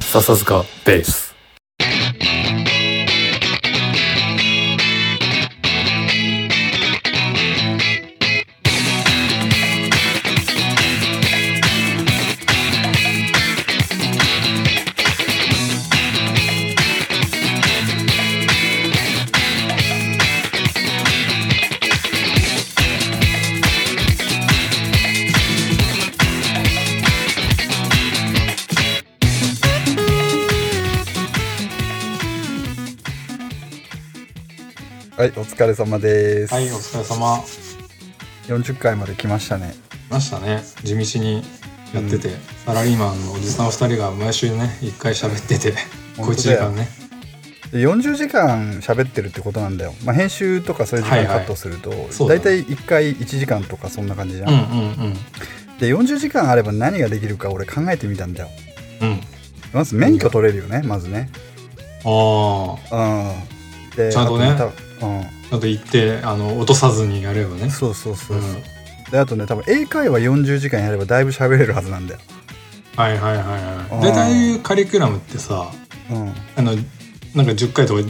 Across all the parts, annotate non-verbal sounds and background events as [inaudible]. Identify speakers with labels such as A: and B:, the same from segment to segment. A: 笹塚ベース
B: はい、お疲れ様です。
C: はい、お疲れ様。
B: 40回まで来ましたね。
C: ましたね。地道にやってて、サラリーマンのおじさん二人が毎週ね、一回喋ってて、
B: 本当だよ
C: 小一時間ね。
B: で40時間喋ってるってことなんだよ。まあ、編集とかそういう時間カットすると、
C: そうだ
B: だい
C: ね
B: たい1回1時間とかそんな感じじゃ。
C: うんんうん
B: で、40時間あれば何ができるか俺考えてみたんだよ。
C: うん。うん。
B: まず免許取れるよね、まずね。
C: あ
B: うん。で、
C: ちゃんとね
B: あとね
C: あ、あと行って、あの、落とさずにやれば
B: うん。
C: ね。
B: そうそうそうう。
C: ん。
B: で、あとね、多分英会話40時間やればだいぶ喋れるはずなんだよ。
C: はいはいはい
B: うん
C: はい。大体カリキュラムってさ、
B: うん。
C: あの、なんか10回とか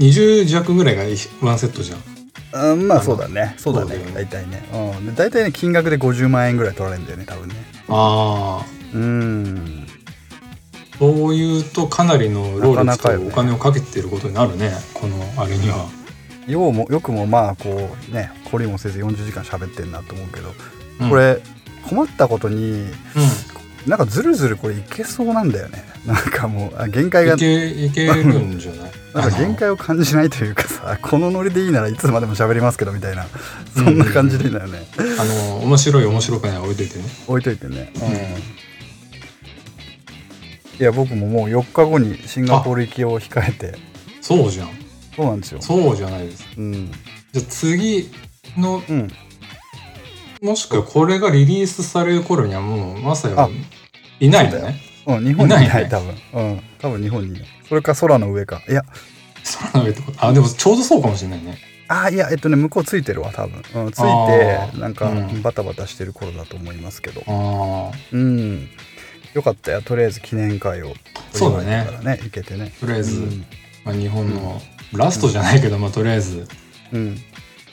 C: 20弱ぐらいがワンセットじゃん。
B: うん、まあ
C: あの
B: そうだね。そうだね
C: そう。
B: 大
C: だよね
B: 体ね。うん。で、大体ね、金額で50万円ぐらい取られるんだよね、多分ね。
C: ああ。
B: うん。
C: そういうとかなりの労
B: なかな
C: 力
B: かよね
C: とお金をかけてることになるねこのあれには。
B: ようもよくもまあこうね懲りもせず40時間喋ってんなと思うけど、
C: うん
B: こ、れ困ったことに
C: う
B: なんかずるずるこれいけそうなんだよね [laughs] なんかもうあ限界
C: ん、
B: が
C: いけいけるんじゃない
B: [laughs] なんか限界を感じないというかさこのノリでいいならいつまでも喋りますけどみたいなそんな感じでいいんだよね、
C: あの面白い面白くない置いといてね。
B: 置いといてね、いや僕ももう4日後にシンガポール行きを控えて
C: そうじゃん
B: そうなんですよ
C: そうじゃないです。
B: うん
C: じゃあ次の
B: うん
C: もしくはこれがリリースされる頃にはもうマサヤはいないの
B: そうだ
C: ね。
B: うん、日本にいない
C: いないね
B: 多分うん多分日本にいないそれか空の上かいや
C: 空の上ってことあでもちょうどそうかもしれないね。
B: あーいやえっとね向こうついてるわ多分、うん、つ
C: あ
B: いて
C: ー
B: なんか
C: うん
B: バタバタしてる頃だと思いますけど
C: ああ
B: うんよかったよとりあえず記念会を
C: そうだね
B: からね行けてね
C: とりあえず、
B: うん
C: まあ、日本のラストじゃないけど、まあ、とりあえず
B: うん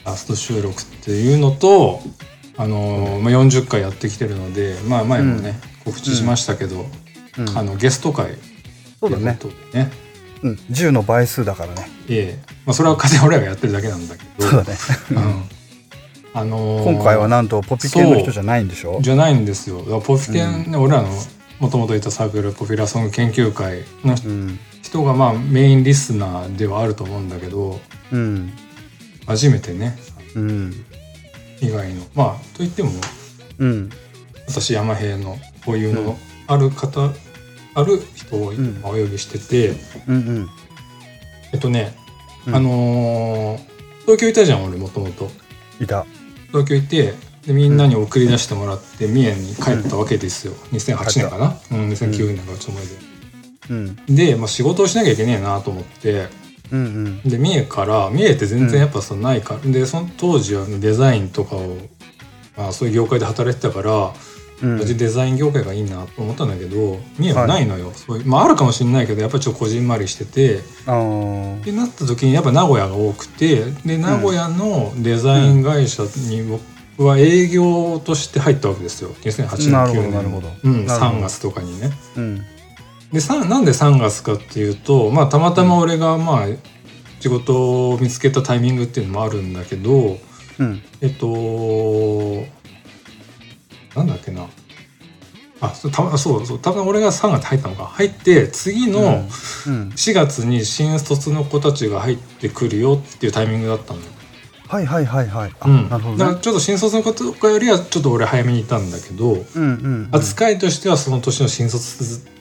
C: ラスト収録っていうのと、あのーまあ、40回やってきてるので、まあ、前もね、告知しましたけど、
B: うん
C: あのゲスト会
B: そうだね
C: ということでね
B: うん10の倍数だからね
C: ええまあ、それは風俺らがやってるだけなんだけど
B: そうだね
C: うんあのー
B: 今回はなんとポピケの人じゃないんでしょ
C: じゃないんですよだからポフィケン、ね俺らのもともといたサークルポピュラーソング研究会の
B: うん
C: 人が、まあ、メインリスナーではあると思うんだけど
B: うん
C: 初めてね
B: うん
C: 以外のまあといっても
B: うん
C: 私山平のこういうのある方、ある人を
B: ん
C: 今お呼びしてて、
B: うんうん
C: えっとね、
B: うん
C: あのー東京いたじゃん俺もともと
B: いた
C: 東京行ってでみんなに送り出してもらって三重に帰ったわけですよ2008年かな、うん、2009年かちょっと前で、
B: うん
C: で、まあ、仕事をしなきゃいけねえなと思って
B: うんうん
C: で三重から三重って全然やっぱさないから、でその当時はデザインとかを、まあ、そういう業界で働いてたから
B: うん
C: 私デザイン業界がいいなと思ったんだけど三重はないのよ、そういうまあ、あるかもしれないけどやっぱりちょっとこじんまりしてて
B: あー
C: でなった時にやっぱ名古屋が多くてで名古屋のデザイン会社に僕は営業として入ったわけですよ2008年
B: なるほど
C: 9
B: なるほど
C: 年、うん、
B: なるほど
C: 3月とかにね。
B: うん
C: でさなんで3月かっていうと、まあ、たまたま俺がまあ仕事を見つけたタイミングっていうのもあるんだけど、
B: うん
C: えっと、なんだっけな。あ、そうたまそうそう、たま俺が3月入ったのか。入って、次
B: う
C: の
B: んうん
C: 4月に新卒の子たちが入ってくるよっていうタイミングだったのよ。
B: はいはいはいはいあ
C: うん。
B: なるほ
C: だか
B: ど
C: ら
B: ね
C: ちょっと新卒の子とかよりは、ちょっと俺早めにいたんだけど、
B: うんうんうん
C: 扱いとしてはその年の新卒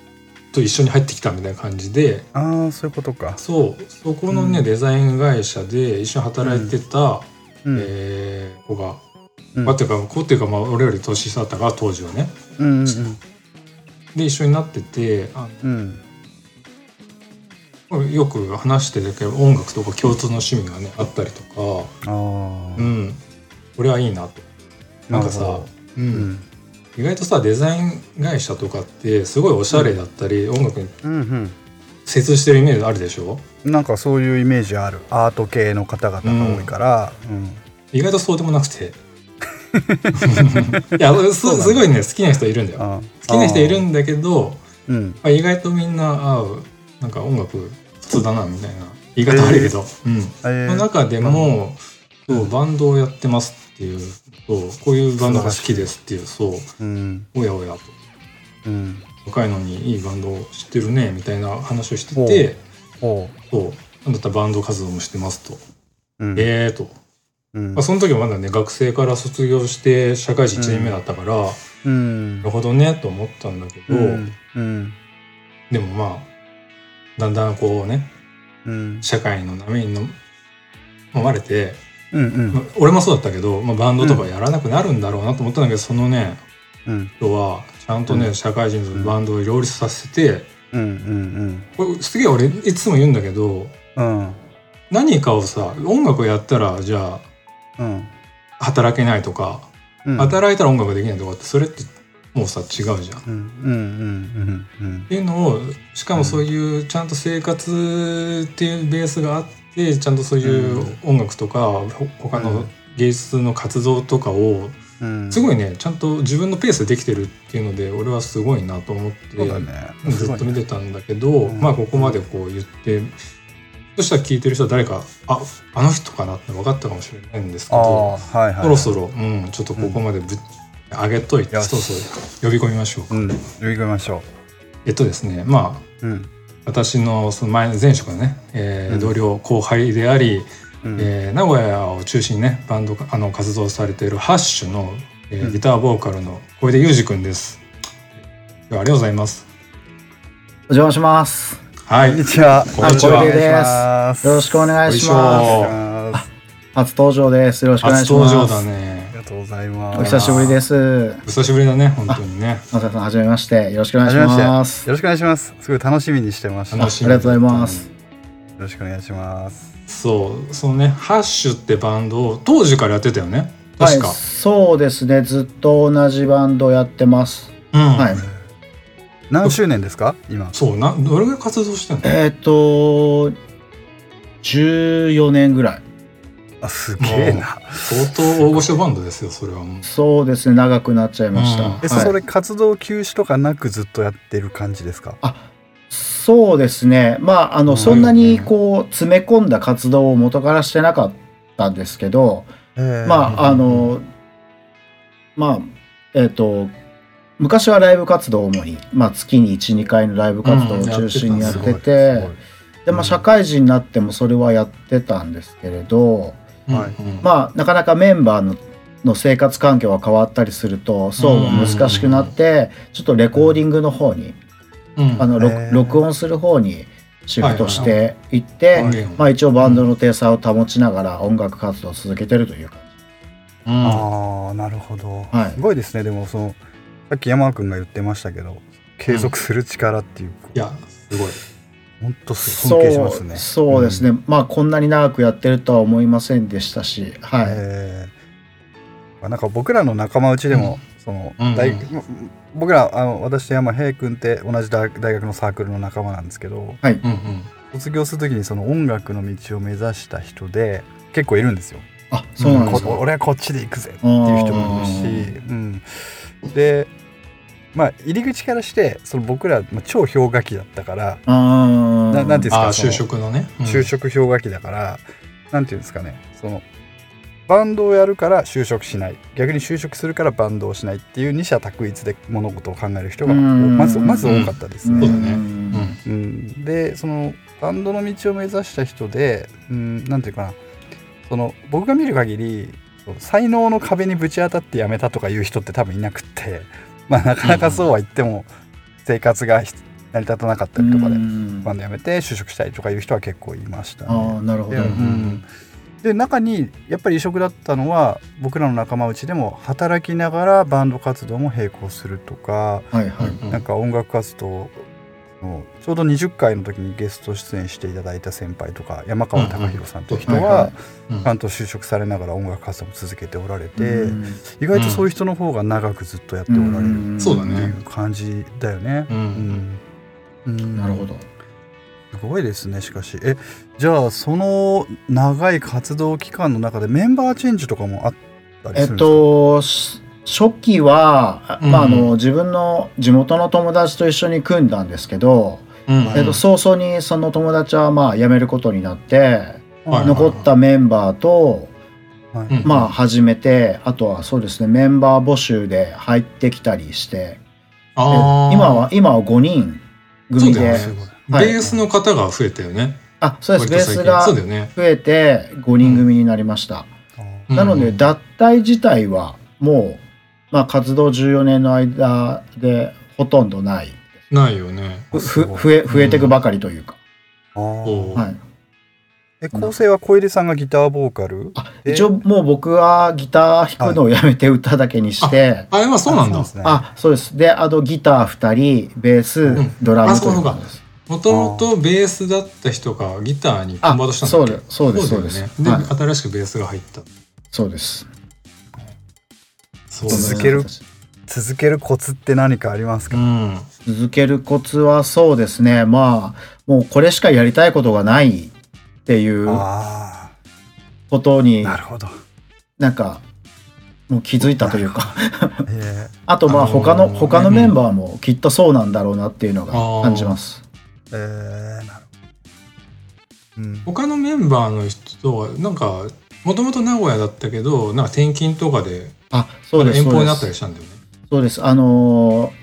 C: と一緒に入ってきたみたいな感じで、
B: ああそういうことか
C: そう、そこのね、
B: うん
C: デザイン会社で一緒に働いてた、
B: うん
C: えー子が、
B: うん
C: まあ、ていうか、子っていうか、まあ、俺より年下だったから、当時はね。
B: うんうん
C: で、一緒になってて、あ
B: うん
C: よく話してたけど、音楽とか共通の趣味がね、あったりと
B: あ
C: か、
B: あ
C: うん、俺はいいなと。なん
B: な
C: か
B: る
C: さ
B: ほ、
C: う、
B: うんん
C: 意外とさデザイン会社とかってすごいおしゃれだったり、音楽に
B: うん
C: 精通してるイメージあるでしょ
B: うん、なんかそういうイメージあるアート系の方々が多いから、うん
C: 意外とそうでもなく
B: [laughs]
C: ていやす
B: そうなんだ
C: すごいね好きな人いるんだよ
B: あ
C: 好きな人いるんだけど、
B: うん、
C: まあ、意外とみんな合うなんか音楽普通だなみたいな言い方悪いけど、うん
B: えー
C: の中でも、そうバンドをやってますっていうそうこういうバンドが好きですっていうそう
B: うん
C: おやおやと
B: うん
C: 若いのにいいバンドを知ってるねみたいな話をしてて
B: おう
C: そうなんだったらバンド活動もしてますと、
B: うん
C: ええと、
B: うん
C: まあ、その時はまだね学生から卒業して社会人1年目だったから、な
B: うん
C: るほどねと思ったんだけど、
B: うんうん
C: でもまあだんだんこうね
B: うん
C: 社会の波にの飲まれて、
B: うんうん
C: まあ俺もそうだったけど、まあ、バンドとかやらなくなるんだろうなと思ったんだけど、そのね
B: うん
C: 人はちゃんとね、
B: うん
C: 社会人とバンドを両立させて
B: うんうん
C: これすげえ俺いつも言うんだけど
B: うん
C: 何かをさ音楽やったらじゃ
B: うん
C: あ働けないとか、
B: うん
C: 働いたら音楽できないとかってそれってもうさ違うじゃん。っ
B: うんうんうんうん
C: ていうのをしかもそういうちゃんと生活っていうベースがあってちゃんとそういうう音楽とかほ他
B: う
C: の
B: ん
C: 芸術の活動とかを
B: うんうん
C: すごいねちゃんと自分のペースでできてるっていうので俺はすごいなと思って
B: そうだねす
C: ず
B: ご
C: っ
B: い
C: と
B: ね
C: 見てたんだけど、
B: うん
C: まあここまでこう言ってそしたら聞いてる人は誰かああの人かなって分かったかもしれないんですけ
B: あ
C: ど
B: あはいはい
C: そろそろ、うん、ちょっとここまでぶっ上げといて
B: よし
C: そうそう呼び込みましょうか。
B: うん呼び込みましょ
C: えっとですねまあ
B: ううん
C: 私のその前前職のね、えー
B: うん
C: 同僚後輩であり、
B: うん
C: えー名古屋を中心にねバンドあの活動されているハッシュの、えー
B: うん
C: ギターボーカルの小出裕二君です。今日はありがとうございます。
A: お邪魔します。
C: は
B: こん
C: い
B: に、ちは
C: こんにちは
B: お願いします
A: よろしくお願いしま
C: お
A: す。
B: 願いします
A: 初登場です。よろしくお願い
C: 初
A: しま
C: 登場
A: す。
C: だ
B: あ
C: ね。
B: りがとうございます
A: お久しぶりです。
C: お久しぶりだね、本当にね。
A: マサさん、はじめまして。よろしくお願い
B: は
A: し
B: じめ
A: ま
B: まして
A: す。
B: よろしくお願いしますすごい楽しみにしてましたよ
C: 楽しみ
A: ありがとうございます。
B: ろしくお願いします
C: そう、そのね、ハッシュってバンドを当時からやってたよね。
A: はい
C: 確か。、
A: そうですね。ずっと同じバンドやってます。
C: うん、
A: はい。
B: 何周年ですか今
C: そう、な、どれぐらい活動してんの。
A: えっと、14年ぐらい。
B: あすげえな
C: 相当大御所バンドですよ、それはもう。
A: そうですね。長くなっちゃいました。
C: うん
B: え
A: はい
B: それ活動休止とかなくずっとやってる感じですか
A: そうですね。まあ、あ
C: う
A: の、
C: ん
A: そんなにこう、詰め込んだ活動を元からしてなかったんですけど、まあ、あの、まあ、えっ、と、昔はライブ活動を主に、まあ、月に1、2回のライブ活動を中心にやってて、で、まあ、社会人になってもそれはやってたんですけれど、
B: はい
C: うん
A: まあ、なかなかメンバーのの生活環境が変わったりするとそうも難しくなってちょっとレコーディングの方に
C: うん
A: あの録
B: へー
A: 録音する方にシフトしていっ
C: 音
A: て、
C: 源を
A: まあ、一応バンドの体裁を保ちながら音楽活動を続けてるというか、
C: うん
B: ああなるほど、
A: はい
B: すごいですねでもそのさっき山田君が言ってましたけど継続する力っていう、
C: いや、すごい。
B: 本当す
A: そ
B: 尊
A: う
B: 敬しますね
A: そうですね、まあこんなに長くやってるとは思いませんでしたし、
B: うん
A: はい
B: えーなんか僕らの仲間内でも、その
C: うんうん
B: 大僕らあの私と山平君って同じ大大学のサークルの仲間なんですけど
C: うんうん。
B: 卒業する時にその音楽の道を目指した人で結構いるんですよ
A: あそうなんで
B: こ
A: すか、
B: 俺はこっちで行くぜっていう人もいるし、うん、でまあ入り口からしてその僕ら、まあ、超氷河期だったから、
A: あー
B: ななんていうんです
C: あ
B: か
C: あ、
B: その
C: 就職のね。うん
B: 就職氷河期だからなんていうんですかねそのバンドをやるから就職しない逆に就職するからバンドをしないっていう二者択一で物事を考える人が
A: うん
B: まずまず多かったです
C: そう
B: ね
C: だ。ね
A: うん
C: うん
B: うん、でそのバンドの道を目指した人で、うん、なんていうかなその僕が見る限りそう才能の壁にぶち当たって辞めたとかいう人って多分いなくって、 [laughs] まあ、なかなかそうは言っても生活がひ成り立たなかったりとかで、
A: うん
B: バンド辞めて就職したりとかいう人は結構いました
A: あ
B: ね。
A: ーなるほ
B: で
A: ど、
B: うんで中にやっぱり異色だったのは僕らの仲間内でも働きながらバンド活動も並行するとか、
A: はいはい、
C: うん
B: なんか音楽活動のちょうど20回の時にゲスト出演していただいた先輩とか山川隆弘さんという人
A: うんうんはいは
B: はい
C: うん
B: ちゃんと就職されながら音楽活動も続けておられて、
A: うん
B: 意外とそういう人の方が長くずっとやっておられるっ
C: そうだ
B: てい
C: ね
B: う感じだよね。
C: うん
B: うん
A: なるほど。
B: すごいですねしかしえじゃあその長い活動期間の中でメンバーチェンジとかもあったり
A: え
B: す
A: っ
B: るんですか、
A: と、し初期は、
C: うん
A: まあ、あの自分の地元の友達と一緒に組んだんですけど、
C: うん
A: えっと、早々にその友達はまあ辞めることになって
C: はい
A: 残ったメンバーと、
B: はい
C: うん
A: まあ、始めてあとはそうですねメンバー募集で入ってきたりしてえ
C: あー
A: 今は今は5人組
C: そうだ
A: で
C: よね
A: はい
C: ベースの方が増えたよね。
A: あそうですベ
C: 割と最
A: ース
C: 近
A: が
C: そうだよね。
A: 増えて5人組になりました。
C: うん
A: なので脱退自体はもう、まあ、活動14年の間でほとんどない
C: ないよね。
A: ふ
B: す
A: ふ
B: ごい
A: 増え増えていくばかりというか、
B: あー
C: お
A: はい、
B: え構成は小出さんがギターボーカル
A: あ
B: えー
A: 一応もう僕はギター弾くのをやめて歌だけにして、
C: あれはそうなんだ
B: で。すね
A: あそうですであとギター2人ベース、
C: ん
A: ドラ
C: あ
A: ム
C: そ
A: と
C: う
A: い
C: か
A: うことです
C: もともとベースだった人がギターにコン
A: あ
C: バートしたんだ
A: そ
C: っ
A: う
C: け
A: ですそうですそうで
C: だよね
A: す、はい、
C: 新しくベースが入った。
A: そうです
C: そうだね
B: 続ける続けるコツって何かあります
C: う
B: か、
C: ん。
A: 続けるコツはそうですねまあもうこれしかやりたいことがないっていう
B: あ
A: こと
B: あ
A: に
B: なるほど、
A: なんかもう気づいたというか
B: [laughs] え
A: あとまあ
C: あのー
A: 他の、
C: うん
A: 他のメンバーもきっとそうなんだろうなっていうのが感じます
B: ー、えー、なるほど、うん、
C: 他のメンバーの人とはなんかもともと名古屋だったけどなんか転勤とかで
A: あそうです
C: 遠
A: そ
C: 方
A: う
C: に
A: で
C: なったり
A: す
C: したんだよね。
A: そうですあのー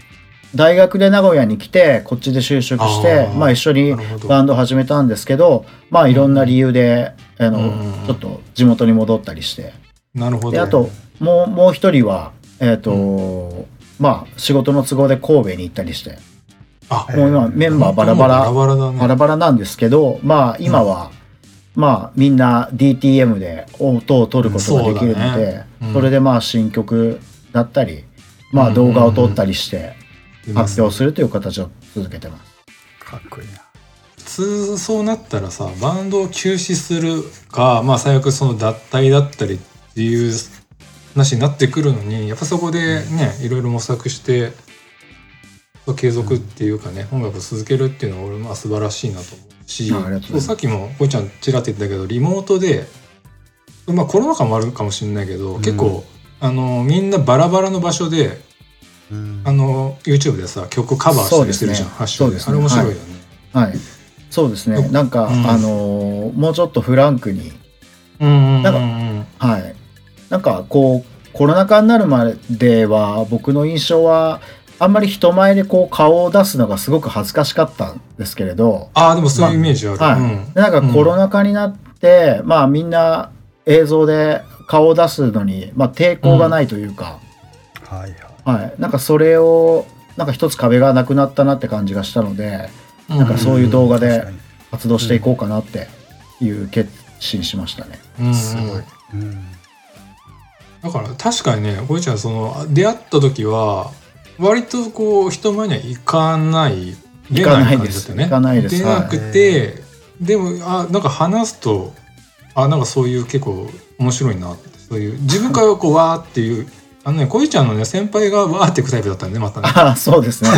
A: 大学で名古屋に来てこっちで就職して
C: あー
A: まあ一緒に
C: なるほど。
A: バンド始めたんですけどまあいろんな理由で、あの
C: うん
A: ちょっと地元に戻ったりして
C: なるほ
A: で
C: ど。
A: あともうもう一人はえっ、とまあ仕事の都合で神戸に行ったりして
C: あ
A: もう今メンバーバラバラ
C: バラバラ
A: バ
C: だ
A: ラ
C: ね。
A: バラなんですけど、まあ今は、まあみんな DTM で音を取ることができる
C: そ
A: の
C: うだ
A: で、そ
C: うん
A: れでまあ新曲だったり、まあ動画を撮ったりして発表するという形を続けてます。
B: かっこいいな
C: 普通そうなったらさバンドを休止するかまあ最悪その脱退だったりっていう話になってくるのにやっぱそこでねいろいろ模索して継続っていうかね音楽を続けるっていうのは俺まあ素晴らしいなと思うし
A: あありがとうございます
C: さっきもこいちゃんちらって言ったけどリモートでまあコロナ禍もあるかもしれないけど、
B: うん
C: 結構あのみんなバラバラの場所で
B: うん
C: あの YouTube でさ曲カバーしたりしてるじゃん、
A: そ
C: ハ
A: うで
C: ッ
A: す
C: シュであ
A: ね
C: れ面白いよね。
A: はい。そうですね。なんか、
C: うん
A: あのーもうちょっとフランクに、
C: うんうん
A: なんか
C: うんうん
A: はい。なんかこう、コロナ禍になるまでは僕の印象は、あんまり人前でこう顔を出すのがすごく恥ずかしかったんですけれど、
C: ああ、でもそういうイメージある。
A: はい
C: うん
A: でなんかコロナ禍になって、まあみんな映像で顔を出すのに、まあ、抵抗がないというか、
B: はいはい
A: はい、なんかそれをなんか一つ壁がなくなったなって感じがしたのでなんかそういう動画で
B: 確かに
A: 活動していこうかなっていう決心しましたね。
C: うんうん
B: すごい、うん
C: だから確かにね、ほいちゃん、その、出会った時は、割とこう、人前には行かない。
A: 行かないです
C: 出ない
A: 行か
C: 感
A: ない
C: じ
A: で
C: だったよね
A: す
C: 出なくて、でも、あ、なんか話すと、あ、なんかそういう結構面白いなって、そういう、自分からこう、わーっていう、 [laughs] あのね、こいちゃんのね、先輩がわーっていくタイプだったんで、またね。
A: ああそうです
C: [laughs]
A: ね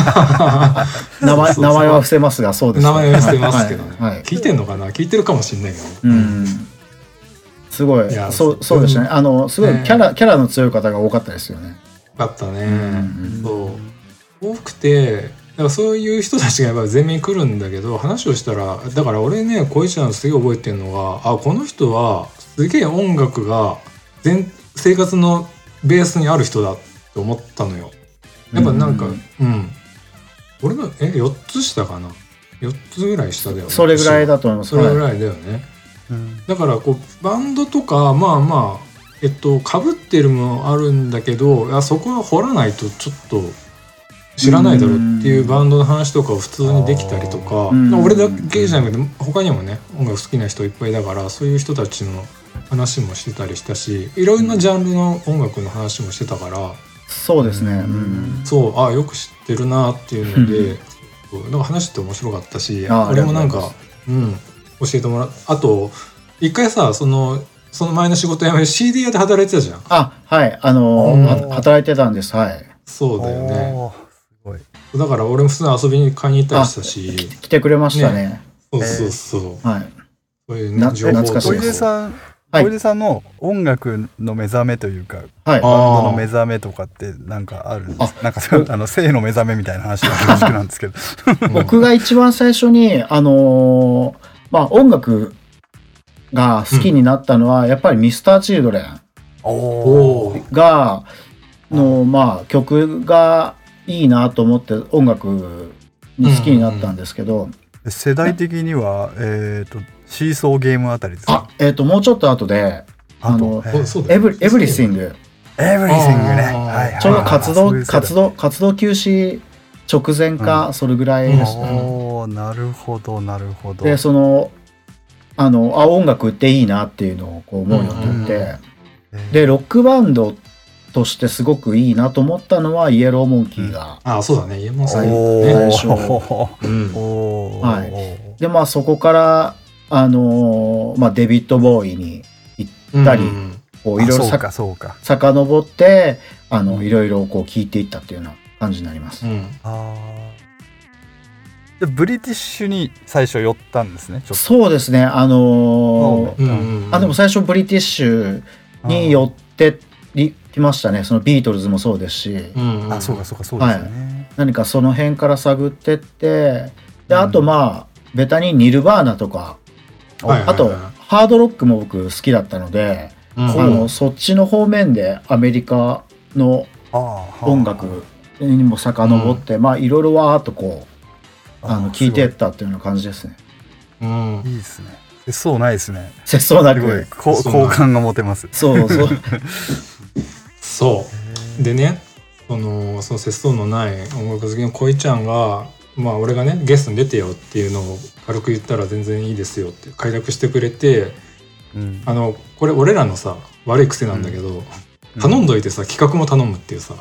A: [laughs] 名前名前は伏せますがそうです、
C: 名前はしてますけどね。
A: はいはい
C: 聞いてんのかな聞いてるかもしれないけど。
A: うんすごい
C: いや
A: そうそうでしたね、あのすごい
C: ね
A: キャラキャラの強い方が多かったですよね。
C: よかったね。
A: うん
C: そう多くてだからそういう人たちがやっぱ全面に来るんだけど話をしたらだから俺ね小市さんのすげえ覚えてるのがあこの人はすげえ音楽が全生活のベースにある人だって思ったのよ。やっぱなんか、
A: う
C: うん
A: ん
C: 俺のえ4つ下かな4つぐらい下だよね
A: それぐらいだと思います。
C: それぐらいだよね。
B: うん
C: だからこうバンドとかまあまあえっとかぶってるもあるんだけどあそこは掘らないとちょっと知らないだろうっていうバンドの話とかを普通にできたりとか
A: うん
C: 俺だけじゃなくて他にもね音楽好きな人いっぱいだからそういう人たちの話もしてたりしたしいろんなジャンルの音楽の話もしてたから
A: そうですね。うん
C: そうあよく知ってるなっていうのでそうなんか話してて面白かったし
A: あー
C: 俺もなん
A: ありが
C: か
A: と
C: うん教えてもらうあと一回さそのその前の仕事辞める CD 屋で働いてたじゃん
A: あ、はい。あの
B: うん
A: ーは働いてたんです。はい。
C: そうだよね
B: おーすごい。
C: だから俺も普通に遊びに買いに行ったりしたし
A: 来てくれましたね。
C: そうそうそう
A: はい。
C: そういう
A: な
C: ね情報
A: 懐かしい
B: 小
A: です
B: 出さん、
A: はい
B: 小出さんの音楽の目覚めというか、
A: はい。
C: あ
B: バンド
C: ー
B: の目覚めとかってなんかあるんです
A: あ
B: なんかそうあの性の目覚めみたいな話が恐縮なんですけ
A: [laughs]
B: ど。
A: 僕が一番最初に、あのーまあ、音楽が好きになったのは、やっぱりミスターチルドレン
B: お
C: おー
A: が、の、まあ、曲がいいなと思って音楽に好きになったんですけど、
B: 世代的には、えっ、と、シーソーゲームあたりです
A: あ
B: か、
A: えっ、と、もうちょっと後で、
B: あと
A: あの、
B: えー
C: おそうだ
A: エ
C: よ
A: ブリエブリスイング、
B: エブリシングね。
C: あー
B: はいはい
A: ちょうど活動、
B: そういう世代
A: 活動、活動休止直前か、それぐらいでした。
B: おーなるほど、なるほど。
A: で、その、あの、あ、音楽っていいなっていうのをこう思うようになって、
C: うん
B: えー
A: でロックバンドとしてすごくいいなと思ったのはイエローモンキーが、
C: あそうだね家も
B: お
C: さん
B: ー
C: ね
A: 最初
C: うん
B: おー
A: [laughs] はいでまあそこからあのーまあ、デビッド・ボーイにたり
C: うん
A: こう
B: あ
A: いろいろ
B: そう
A: さ
B: か、そうか。
A: 遡ってあのいろいろこう聞いていったっていうような感じになります、
C: うん
B: あーでブリティッシュに最初寄ったんですねちょっ
A: そうですねあのー
C: うんうんうん
A: あでも最初ブリティッシュ
B: と
A: に寄ってりきましたねそのビートルズもそうですし、
C: うんん
B: あそうかそうかそうですよね、
A: 何かその辺から探ってってであ
B: う
A: と
B: ん
A: まあ、ベタにニルバーナとか
C: はい
A: あと、
C: はいはい
A: ハードロックも僕好きだったので、
C: うん
A: あのそっちの方面でアメリカの
B: あー
A: 音楽にも遡って、まあいろいろわーっとこうあの
B: ー
A: 聞いてったっていうような感じですね。
C: う
B: す
C: ん
B: ごいいいですねえそうないですね
A: 節操な
B: すごい
A: く。
B: こ
C: そう
B: 好感が持てます
A: そうそう。
C: そうでねそのその節操のない音楽好きの恋ちゃんがまあ俺がねゲストに出てよっていうのを軽く言ったら全然いいですよって快諾してくれて
B: うん
C: あのこれ俺らのさ悪い癖なんだけど、頼んどいてさ企画も頼むっていう [laughs] さ、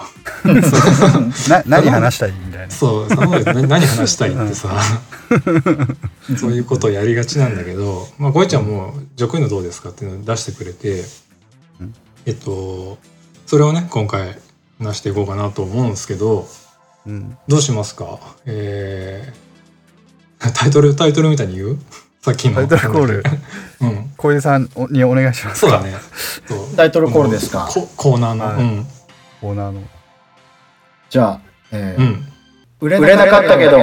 B: な何話したいみたいな
C: そう頼んどいてね何話したいってさそういうことをやりがちなんだけど、まあ、こいちゃんも「じゃあこういうのどうですか?」っていうのを出してくれて
B: うん
C: えっとそれをね今回話していこうかなと思うんですけど
B: うん
C: どうしますかえー、タイトルタイトルみたいに言うさっきの
B: タイトルコール
C: うん
B: 小出さんにお願いします
C: そうだねそう
A: タイトルコールですか
C: こコーナーの、
B: はい
C: うん
B: コーナーの
A: じゃあ、え
C: う
A: ー
C: ん
A: 売れなかったけど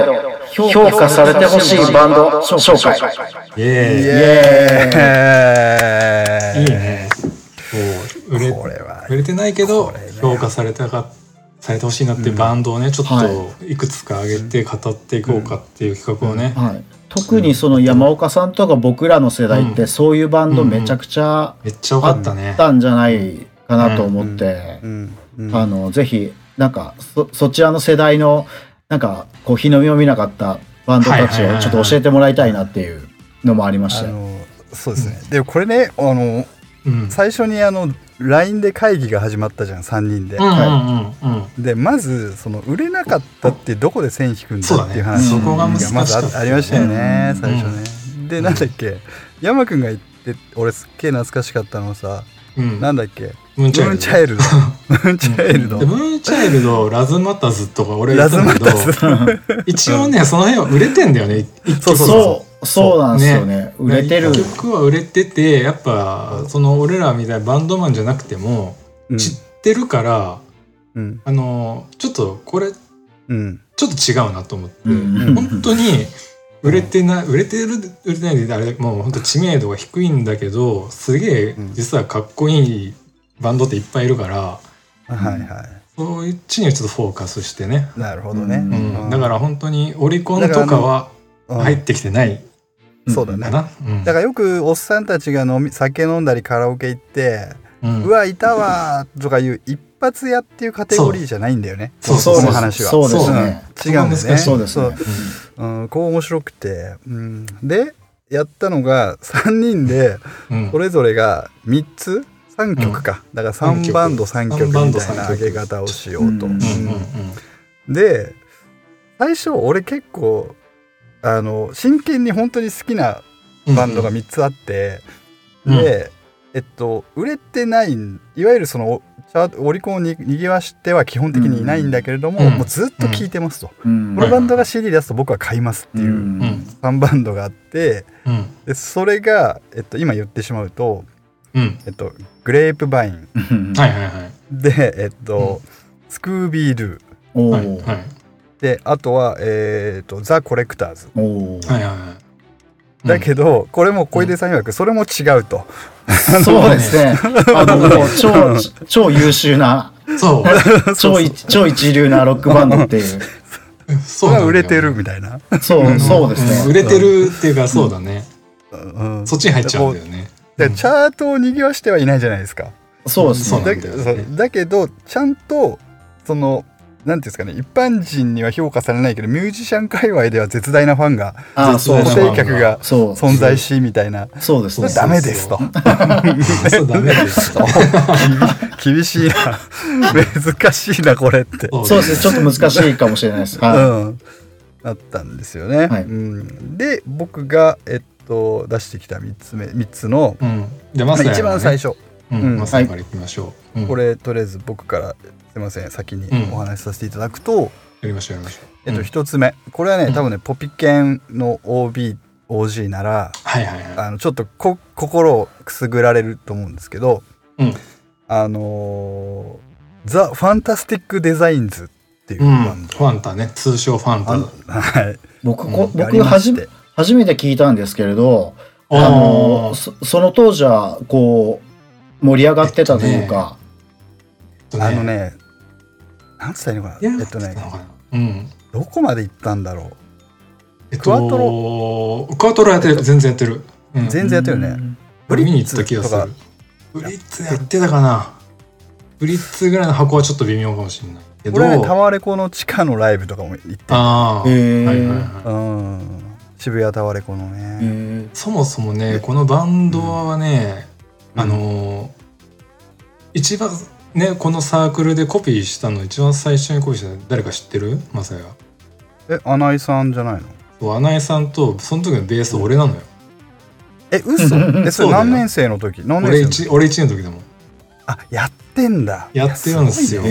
A: 評価されてほしいバンド紹介。
C: イエーイ
A: イエーイ
B: えー
C: いいねそう売れ
B: これは
C: 売れてないけど
B: これね
C: 評価されたかされてほしいなっていうバンドをね、ちょっ
A: は
C: といくつか上げて語っていこうかっていう企画をね、
A: はい、特にその山岡さんとか僕らの世代っ
C: う
A: てそういうバンドめちゃくちゃ
C: めっちゃ良
A: あ
C: か
A: っ
C: ったね。
A: たんじゃないかなと思って、
B: うんうん
A: あのぜひなんかそそちらの世代のなんかこう日の目を見なかったバンドた
C: はい
A: ち
C: はいはい
A: を
C: はい
A: ちょっと教えてもらいたいなっていうのもありまし
B: あ
A: て、
B: のそうですね、でこれねあの
C: うん
B: 最初にあの LINE で会議が始まったじゃん3人で、
C: うんうんうんうん
B: でまずその売れなかったってどこで線引くんだ
C: そうだ
B: っていう
C: ね。
B: 話
C: そこが難しか
B: ま
C: っ
B: ず
C: た、ね。
B: あありましたよね、
A: うん
B: 最初ね、でなんだっけ山くんが言って俺すっげえ懐かしかったのさ、
C: うん。
B: なんだっけ
C: ムーン
B: ム
C: チャ
B: ーン
C: イル
B: チャイルドムーンチャイル
C: [laughs]
B: ド
C: ド。でムーンチャイルド、ラズマタズとか俺言
B: ラ
C: って
B: ズ
C: た
B: マ
C: んだけど
B: タ、ス
C: 一応ね、その辺は売れてんだよね。
B: そうそうそ
A: そうそうなんですよね売れてる、
C: 一曲は売れてて、やっぱ、その俺らみたいなバンドマンじゃなくても、
B: う
C: 知ってるから、
B: うん
C: あの、ちょっとこれ、
B: うん
C: ちょっと違うなと思って、
A: うん
C: 本当に売れてない、売れてる、売れてないで、あれ、もう本当知名度が低いんだけど、すげえ
B: う、ん
C: 実はかっこいいバンドっていっぱいいるから、
B: はいはい
C: そっちにちょっとフォーカスしてね。
B: なるほどね、
A: う
C: うん
B: うん
C: だから本当にオリコンとかは
B: うん
C: 入ってきてない
B: そうだ
C: か
B: ね
C: な。うん
B: だからよくおっさんたちが飲み酒飲んだりカラオケ行って
C: うん
B: うわいたわーとかいう一発屋っていうカテゴリーじゃないんだよね
C: そうそう
B: こ
C: そ
B: の
C: う
B: 話は
A: そう
C: です
B: ん
A: ね
B: 違うんだよ
C: そこが難
B: ね
C: しい
A: そうですね
B: うん、こう面白くて、うん、でやったのが3人で
C: うん
B: それぞれが3つ3曲か、だから
C: 三
B: 3
C: 曲
B: バンド3曲
C: 三バン
B: み
C: ド
B: たい
C: 三
B: な
C: 曲
B: 上げ方をしようと、
A: うん
C: うんうんうん
B: で最初俺結構あの真剣に本当に好きなバンドが3つあって、
C: うんうん
B: で、えっと、売れてないんいわゆるそのチャートオリコンをににぎわしては基本的にいないんだけれども、
C: うん
B: もうずっと聴いてますと、
A: うん
B: このバンドが CD 出すと僕は買いますっていううん
C: うん
B: 3バンドがあって
C: うん
B: でそれが、えっと、今言ってしまうと、
C: うん
B: えっと、グレープバイン
C: はいはいはい
B: で、えっとスクービードゥ
A: お
C: はい
A: ー
C: はい
B: であとは、えっとザ・コレクターズ
A: おー
C: はいはいはい
B: だけど、これも小出さん曰くそれも違うと。
A: そうですね。あの、もう超、超優
B: [laughs]
A: 秀な、
C: うんそう
A: 超一、超一流なロックバンドっていう。
C: そう
B: こ
C: な
B: れは
C: んだよ
B: 売れてるみたいな。
A: そう、そうです
C: ん売
A: ね。
C: れてるっていうかそうだね
B: うん
C: そっちに入っちゃうんだよね
B: でチャートを賑わしてはいないじゃないですか。
A: そうです
C: そう
A: ね。
B: だ
C: なんだよね
B: そうだけどちゃんとそのなんていうんですかね一般人には評価されないけどミュージシャン界隈では絶大なファンが
A: あー
B: 絶
A: そ
B: 大
A: う
B: な
A: です
B: 固定
A: ね。
B: 客が
A: そう、
B: 存在しみたいな。
A: そうです
B: それ
A: ね。
B: ダメですと。
C: そうダメですよ
B: [laughs] 厳しいな。難しいなこれって。
C: そう
A: そうですね。ちょっと難しいかもしれないです。は
B: うん、だったんですよね。
A: はい
B: うん、で僕が、えっと、出してきた3つ目三つの、
C: うんじゃあ
B: ま
C: マ
B: あ
C: スター
B: 一番最
C: 初
B: 初、
C: うん
B: うん
C: マスターからいきましょううん
B: これとりあえず僕からすいません先に
C: うん
B: お話しさせていただくと、
C: やりましょうやりましょう
B: えっと、
C: うん
B: 1つ目これはね、
C: うん
B: 多分ねポピケンの OBOG なら
C: はいはいはい
B: あのちょっとこ心をくすぐられると思うんですけど、
C: うん
B: あのーザ・ファンタスティック・デザインズっていう
C: う
B: バ
C: ん
B: ンド。
C: ファンタね通称ファン
B: あ
C: タ
B: の
C: だ
B: はい、
A: い。僕、こ
B: やり
A: 僕、
B: ま
A: はじ
B: して
A: め、初めて聞いたんですけれど、
C: あ
A: あの
C: ー
A: そその当時はこう盛り上がってたというか、
B: あのね、なんつったらいいのか
C: いや
B: な、えっとね、
C: うん
B: どこまで行ったんだろ
C: えっと
B: クワト
C: クワトロやってる全然やってるうん
B: う、全然やってるよね。ブリ
C: 見
B: ッ
C: に行った
B: ツ
C: 気が
B: と
C: す
B: か
C: る、ブリッツやってたかなブリッツぐらいの箱はちょっと微妙かもしれないけど
B: 俺はね、タワレコの地下のライブとかも行って
C: ああ、
A: へー
C: はいはいは
B: う
C: い、
B: ん、渋谷タワレコの
A: へ
B: ね、
A: ー
C: そもそもねこのバンドは
B: う
C: ね、
B: ん
C: あのー一番ねこのサークルでコピーしたの一番最初にコピーしたの誰か知ってるマサヤ
B: え、穴井さんじゃないの
C: そう穴井さんとその時のベース俺なのよ
B: え、嘘え、そ
C: そう
B: れ
C: だよ
B: 何年生の時何
C: 俺
B: 年生の時
C: 一俺一年の時だもん
B: あ、やってんだ。
C: やってるんですよ
B: いや
C: そ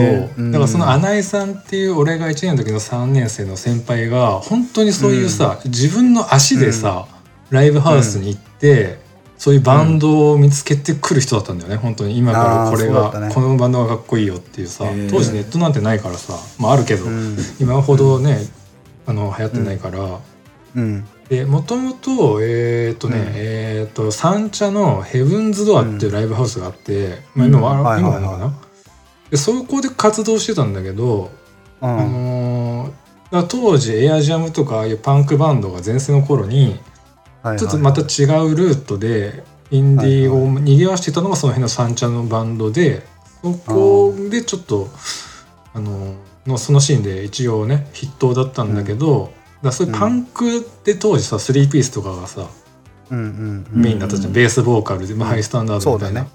A: へ
C: うだからその穴井さんっていう俺が1年の時の3年生の先輩が本当にそういうさ、自分の足でさ、ライブハウスに行って、そういうバンドを見つけてくる人だったんだよね本当に今からこれ
B: あーそうだった
C: が、
B: ね
C: このバンドがかっこいいよっていうさ
A: へー
C: 当時ネットなんてないからさ、まあ、あるけ
B: す
C: ど、
B: ごいね
C: 今ほどねあの流行ってないから。
B: うん、うん、
C: でもともとえーっとね、
B: うん
C: えーっと三茶のヘブンズドアっていうライブハウスがあって、まあ、今は、
B: うんはいはい
C: 今
B: はい
C: なのかな、でそこで活動してたんだけど、
B: う
C: あ
B: ん、
C: のーだから当時エアジャムとかああいうパンクバンドが全盛の頃に
B: はいはい
C: ちょっとまた違うルートでインディーを賑わしてたのがその辺の三茶のバンドでそこでちょっとあののそのシーンで一応ね筆頭だったんだけど、だからそういうパンクって当時さ3ピースとかがさ
B: うんうんうん
C: メインだったじゃん、ベースボーカルで、まあ、ハイスタンダード
B: そう
C: みた
B: だ
C: いな、
B: ね。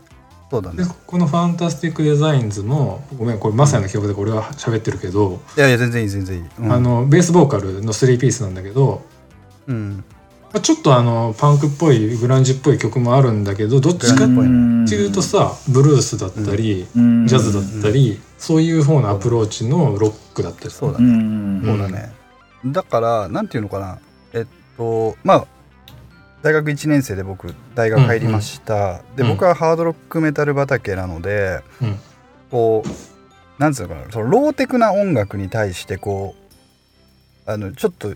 B: そうだね
C: で。この「ファンタスティック・デザインズも」ごめんこれまさにの記憶で俺は喋ってるけど、
B: いやいや、全然いい、全然いい。うん
C: あ、のベースボーカルの3ピースなんだけど
B: うん、
C: まあちょっとあのパンクっぽいグランジっぽい曲もあるんだけどどっちか
B: う
C: っ
B: ん
C: ていうとさブルースだったり、
A: うん
C: ジャズだったり、そういう方のアプローチのロックだったり
B: そうだ
A: う
B: ね。
A: ん
B: そうだね。だから、なんていうのかな。えっと、まあ、大学1年生で僕、大学入りました。で、
C: うん
B: 僕はハードロックメタル畑なので、
C: うん
B: こう、なんつうのかな、そのローテクな音楽に対して、こう、あの、ちょっと、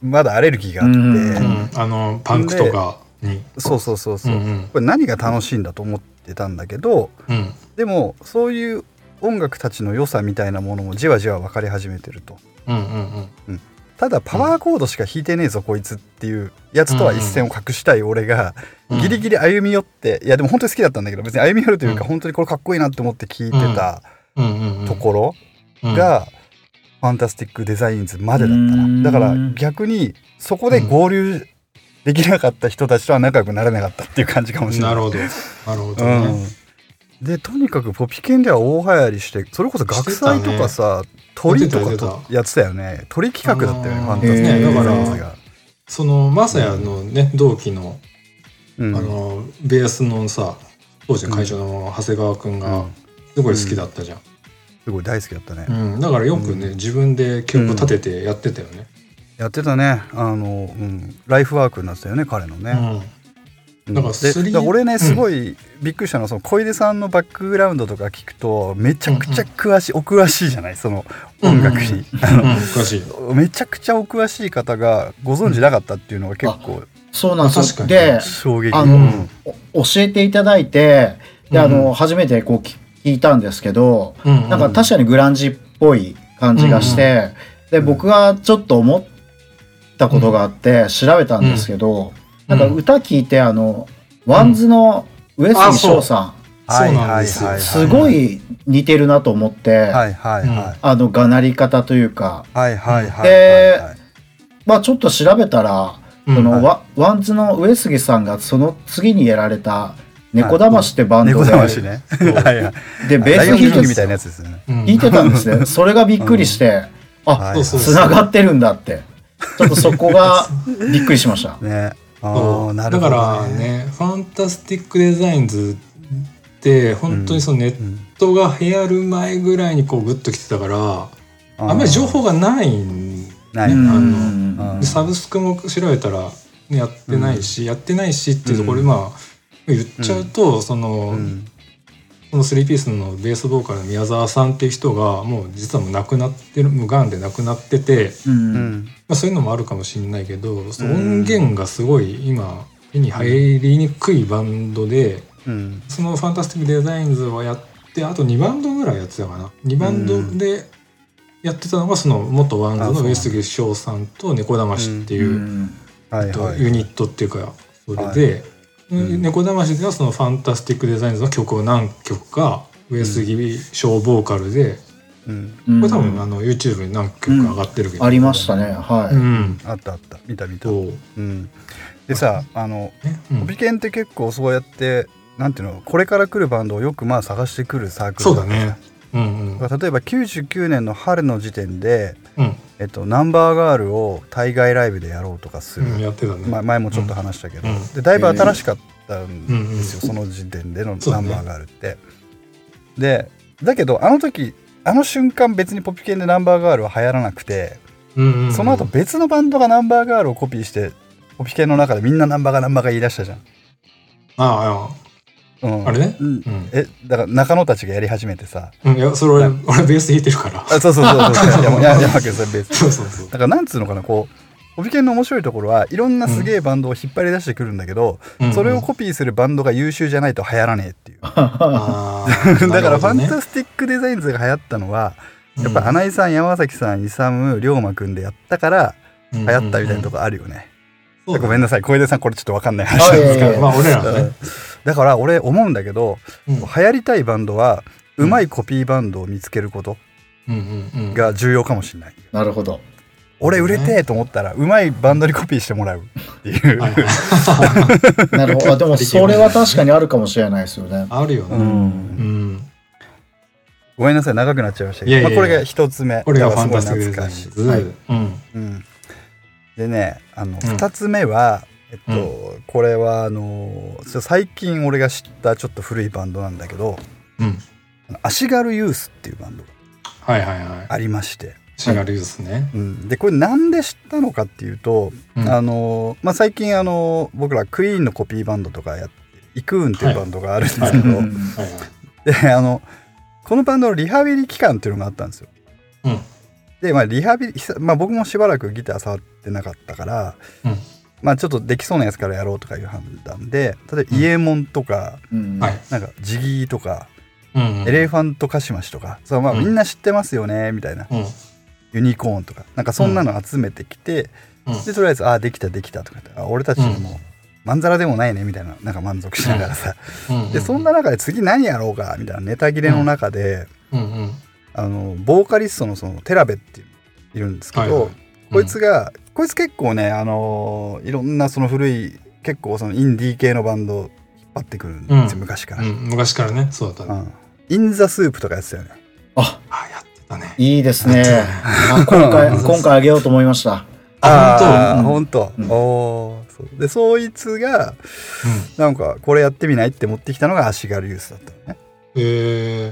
B: まだアレルギーがあって、
A: うん
C: うん、あのパンクとかに。
B: そうそうそうそう。
C: うんうん
B: これ何が楽しいんだと思ってたんだけど、
C: うん
B: でも、そういう音楽たちの良さみたいなものもじわじわ分かり始めてると。
C: うんうんうん
B: ただパワーコードしか弾いてねえぞ、こいつっていうやつとは一線を画したい俺が、
C: うん
B: ギリギリ歩み寄っていやでも本当に好きだったんだけど別に歩み寄るというか、
C: うん
B: 本当にこれかっこいいなって思って聞いてた
C: うんうんうん
B: ところ
C: うん
B: が、ファンタスティック・デザインズまでだった
A: う
B: なんだから逆にそこで合流できなかった人たちとは仲良くなれなかったっていう感じかもしれな。
C: ないるほどなるほどね、
B: うんでとにかくポピケンでは大流行りしてそれこそ学祭とかさ、鳥とかとやってたよね鳥企画だったよねファンタスティ
A: あ
B: ッ
A: ー
B: ク
A: ね
B: なやつが、
C: そのマサヤのね同期の
B: う
C: あ
B: ん
C: のベースのさ当時の会長の長谷川君
B: う
C: が
B: ん
C: すごい好きだったじゃん、
B: すごい大好きだったね、
C: うん、だからよくね、
B: うん
C: 自分で記憶立ててやってたよね、
B: やってたねあの、うん、ライフワークになってたよね彼のね、
C: うんだからスリー
B: でだから俺ね
C: ん
B: すごいびっくりしたのは、その小出さんのバックグラウンドとか聞くとめちゃくちゃ詳しい、お詳しいじゃないその音楽に、
C: うん、
B: [laughs]
C: 詳しい
B: めちゃくちゃお詳しい方がご存知なかったっていうのが結構
A: そうなんで
C: 確か
A: すよ
C: に
A: で
B: 衝撃、
A: あ
B: う
A: の、
B: ん
A: お教えていただいてであの、
C: うん
A: 初めてこうき聞いたんですけど、
C: うんうん
A: なんか確かにグランジっぽい感じがして、で僕がちょっと思ったことがあって調べたんですけど、
C: うん
A: なんか歌聞いてあの、ワンズの上
C: あ
A: 杉
C: そう
A: 翔さ
B: はい
C: そうなんですよ
B: はい
A: ん
B: は
A: す
B: い
A: ごい似てるなと思って、
B: はいはいはい
A: あのがなり方というか
B: はいはいはい
A: で
B: はい
A: まあちょっと調べたら、
C: うん
A: その
B: はい
A: ワワンズの上杉さんがその次にやられた「猫だまし」ってバンド
B: 猫
A: で、
B: だましね
C: う
B: はいはい
A: でベース
B: ライオン
A: 弾い
B: キン
A: て
B: グみたい
A: 弾
B: なやつですね
C: うん
A: いてたんですねそれがびっくりして、あ
B: はい
C: そう
A: つ
C: そう
A: ながってるんだってちょっとそこがびっくりしました
B: ねあ
C: そ
B: ー
C: う
B: なるほど、ね、
C: だからね「ファンタスティック・デザインズ」って本当にそのネ
B: う
C: ッ
B: ん
C: トが流行る前ぐらいにこうグッときてたから、
B: ー
C: あんまり情報がないん
B: ない、
A: うん
C: あの
B: うん
C: でサブスクも調べたら、ね、やってないし、やってないしっていうところで、まあ言っちゃうと、その、
B: うん
C: この3ピースのベースボーカルの宮沢さんっていう人がもう実はもう亡くなってる無癌で亡くなってて、
A: うん
B: うん
C: まあ、そういうのもあるかもしれないけど、その音源がすごい今手に入りにくいバンドで
B: うん
C: その「ファンタスティック・デザインズ」をやってあと2バンドぐらいやってたかな2バンドでやってたのがその元ワンズの上杉翔さんと猫だましっていう。
A: うん
B: はい
C: と
B: はい
C: ユニットっていうかそれで、
B: うん
C: 猫だましではその「ファンタスティック・デザインズ」の曲を何曲か上杉翔ボーカルで、
B: うん
A: うん
C: これ多分あの YouTube に何曲か上がってるけど、
A: ありましたねは
C: う
A: い、
C: ん
B: あったあった見た見た
C: そう
B: うんでさあの
C: ねう
B: コ
C: ん
B: ピケンって結構そうやってなんていうのこれから来るバンドをよくまあ探してくるサークル
C: そうだ
B: ったじゃん
C: ねうんうん
B: だから例えば99年の春の時点で、
C: うん
B: えっと、ナンバーガールを対外ライブでやろうとかする、
C: うんやってたね、
B: まあ、前もちょっと話したけど、
C: うん
B: でだいぶ新しかったん
C: うんうん
B: ですよ、その時点での
C: そうだ
B: ナ
C: ね
B: ンバーガールって。でだけどあの時あの瞬間別にポピケンでナンバーガールは流行らなくて、
C: うんうんうん
B: その後別のバンドがナンバーガールをコピーしてポピケンの中でみんなナンバーガーナンバーガー言い出したじゃん。
C: あ
B: うん
C: あれね
B: うん
C: あうん
B: えだから中野たちがやり始めてさ
C: うんいやそれ俺俺ベース弾いてるから
B: あ
C: [laughs]
B: そうそうそうそういやもうや山君それ別に
C: そうそうそう
B: だからなんつうのかなこうオビケンの面白いところはいろんなすげえバンドを引っ張り出してくるんだけど、
C: うんうん
B: それをコピーするバンドが優秀じゃないと流行らねえって
C: [laughs]
B: いう、
C: あ
B: [laughs]
C: ー
B: だからファン
C: なる
B: タスティックデザインズが流行ったのは
C: ほ
B: や
C: ど
B: っ
C: ね
B: ぱ穴井さん山崎さん勇龍馬くんでやったから
C: うん
B: 流行ったみたいなとこあるよね、
C: そうだね
B: ごめんなさい小出さんこれちょっと分かんない話なんですけ
A: いやいや
B: ど
C: まあ俺らはね、
B: [laughs] だから俺思うんだけど
C: うん
B: 流行りたいバンドはうまいコピーバンドを見つけること
C: うんうんうん、
B: が重要かもしれない
A: なるほど
B: 俺売れてえと思ったらうまいバンドにコピーしてもらうって
C: [laughs]
B: いう、
C: はいはい
A: なるほどあでもそれは確かにあるかもしれないですよね
C: あるよ
B: う
C: ね、
B: ん
C: うん
B: ごめんなさい長くなっちゃいましたけど
C: いやいやいや
B: まあ、これが一つ目
C: これが
B: だ
C: フ
B: か
C: ァン
B: ら
C: タ
B: す
C: ステ
B: ごい懐か
C: ィックデザイン
B: しい
C: ズ。
A: はい
C: うん。
B: うん、でねあの、二つ目はえっと、これはあのちょ最近俺が知ったちょっと古いバンドなんだけど
C: うん。
B: あの足軽ユースっていうバンドが
C: はいはいはい。
B: ありまして、
C: シガルユースね。
B: うん、でこれなんで知ったのかっていうと、
C: うん
B: あのまあ、最近あの僕らクイーンのコピーバンドとかやってイクーンっていうバンドがあるんですけど、
A: うん
C: はいはい。
B: であのこのバンドのリハビリ期間っていうのがあったんですよ。
C: うん
B: で、まあ、リハビリ、久まあ、僕もしばらくギター触ってなかったから、
C: うん
B: まあちょっとできそうなやつからやろうとかいう判断で例えば「イエモン」とか、
A: うん
C: はい。
B: なんか「ジギー」とか
C: う
B: 「
C: んうん。
B: エレファントカシマシ」とか、そうまあ、
C: うん
B: みんな知ってますよねみたいな
C: うん。
B: 「ユニコーン」とかなんかそんなの集めてきて、
C: うん
B: でとりあえず「ああできたできた」とか言ってあ俺たちにも、まんざらでもないねみたいななんか満足しながらさ、
C: うん。
B: でそんな中で次何やろうかみたいなネタ切れの中で。
C: うんうん。
B: あのボーカリストのそのテラベっていういるんですけど、
C: はいはい
B: こいつが、こいつ結構ねあのーいろんなその古い結構そのインディー系のバンド引っ張ってくるんですよ、
C: うん
B: 昔から、
C: うん、昔からねそうだったね
B: うんインザスープとかやってたよね
A: あ
C: あやってたね
A: いいですねあ今回今回あげようと思いました
B: ああ
A: 本
B: 本当、
A: うん
B: おーそうでそいつがなんかこれやってみないって持ってきたのが足軽ユースだったのね
C: うんえ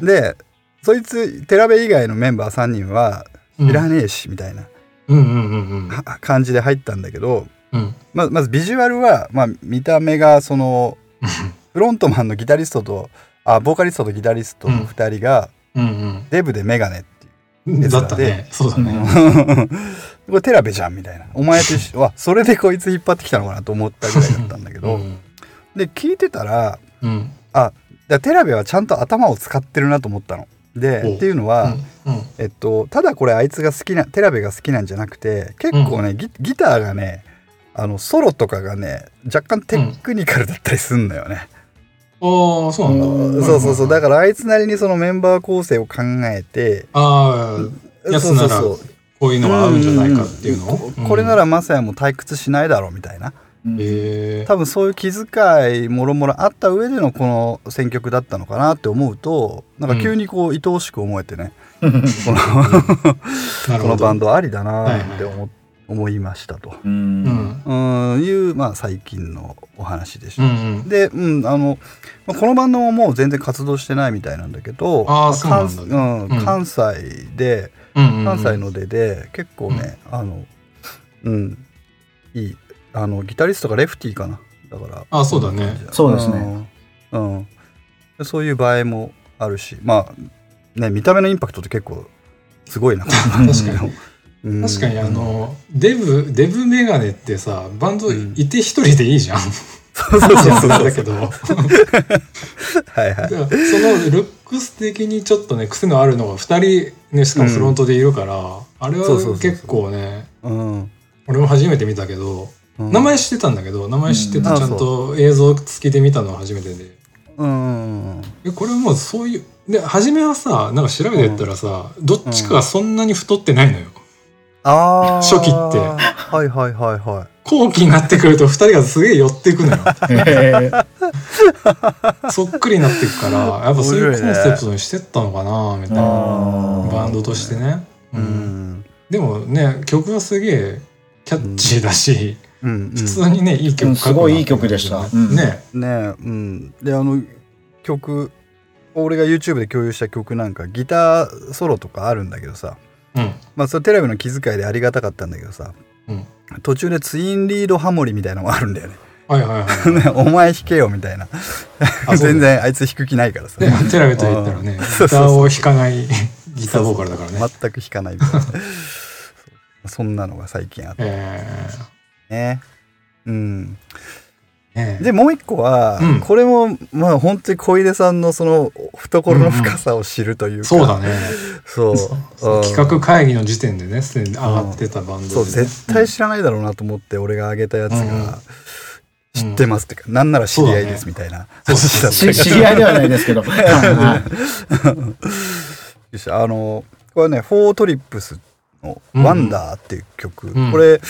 C: ー
B: でそいつ寺部以外のメンバー3人は
C: うん
B: いらねえしみたいな
C: うんうんうんうん
B: は感じで入ったんだけど
C: うん
B: ままずビジュアルは、まあ、見た目がそ
C: [laughs]
B: のフロントマンのギタリストとあボーカリストとギタリストの2人が
C: うん
B: デブでメガネっていう
C: うんだったねそうだね
B: [laughs] これテラベじゃんみたいなお前と一緒わそれでこいつ引っ張ってきたのかなと思ったぐらいだったんだけ
C: う
B: ど、
C: ん
B: で聞いてたら
C: うん
B: だテラベはちゃんと頭を使ってるなと思ったの。で
C: お
B: っていうの
C: う
B: は、
C: んうん
B: えっと、ただこれあいつが好きなテラベが好きなんじゃなくて結構ね、ギギターがねあのソロとかがね若干テクニカルだったりすんのよね、
C: ああそうなんだ
B: そうそうそうだ
C: ら
B: からあいつなりにそのメンバー構成を考えて
C: ああやつなら
B: そうそうそう
C: こういうのが合うんじゃないかっていうのを
B: ん
C: うん
B: ここれならマサヤも退屈しないだろうみたいな
A: うん
C: え
B: 多分そういう気遣いもろもろあった上でのこの選曲だったのかなって思うとなんか急にこう愛おしく思えてね、
C: ーな
B: こ
C: るほ
B: のバン
C: ど
B: ドありだなって思,、思いましたと。
A: う
C: うんん
B: うんいう、まあ、最近のお話でし
C: う
B: た。
C: んうん
B: で、うん、あのまあこのバンドももう全然活動してないみたいなんだけど
C: あー
B: ま
C: そうなん
B: 関う
C: だ
B: ん
C: うん
B: 関西で
C: うんうん
B: 関西の出で結構ね、あのうんいいあのギタリストがレフティーかなだから
C: あそうだね
A: そうですね
B: うん、うんでそういう場合もあるしまあね見た目のインパクトって結構すごいな
C: 確かに
B: うん
C: 確かにあのデブデブメガネってさバンド
B: うん
C: いて一人でいいじゃん
B: そうそうそうそう
C: [laughs] だけどだか
B: はいはい
C: らそのルックス的にちょっとね癖のあるのが2人ねしかもフロントでいるから、あれ
B: そうそうそう
C: は
B: そう
C: 結構ね
B: うん
C: 俺も初めて見たけど、
B: うん
C: 名前知ってたんだけど名前知っててち
B: うん
C: ゃんと映像付きで見たのは初めてで、
B: うん
C: えこれもうそういうで初めはさなんか調べてったらさ、どっちかがそんなに太ってないのよ、
B: あー
C: 初期って
B: はいはいはいは
C: 後期になってくると2人がすげえ寄ってくのよ
A: へえ
C: そっくりになってくからやっぱそういうコンセプトにしてったのかなみたいな、
A: あー
C: バンドとしてね、
B: いうん
C: でもね曲はすげえキャッチーだし、
B: うん
C: 普通にねいい曲
A: うん
C: 書くな
A: すごいいい曲でしたうん
C: ね
B: ねえうんであの曲俺が YouTube で共有した曲なんかギターソロとかあるんだけどさ
C: うん
B: まあそれテレビの気遣いでありがたかったんだけどさ、
C: うん
B: 途中でツインリードハモリみたいなのもあるんだよね [laughs]
C: はいはいはい
B: ねお前弾けよみたいな
C: あそうだ
B: 全然あいつ弾く気ない
C: [laughs]
B: からさ、
C: ねテラベと言ったらねギタ
B: そうそう
C: ー
B: そ
C: を弾かないギターボーカルだからね
B: 全く弾かないみたい
C: [laughs]
B: なそうそんなのが最近あって
C: え
B: ねうん
C: ーね
B: でもう一個は、
C: うん
B: これもまあ本当に小出さんのその懐の深さを知るというか、
C: そうだね
B: そう
C: [laughs] そう
B: うん
C: 企画会議の時点でねすでに上がってたバン
B: そ
C: ド
B: う
C: でね
B: 絶対知らないだろうなと思って俺が挙げたやつが知ってますっていうか、なんなら知り合いですみたいな
C: そうだねそ
B: 話
C: う
B: だ
A: し
B: った
A: 知
B: け
A: り合いではないです
C: [laughs]
A: けどはいはい
B: どあのこれはね「フォートリップスの「ワンダーっていう曲、
C: うん
B: これ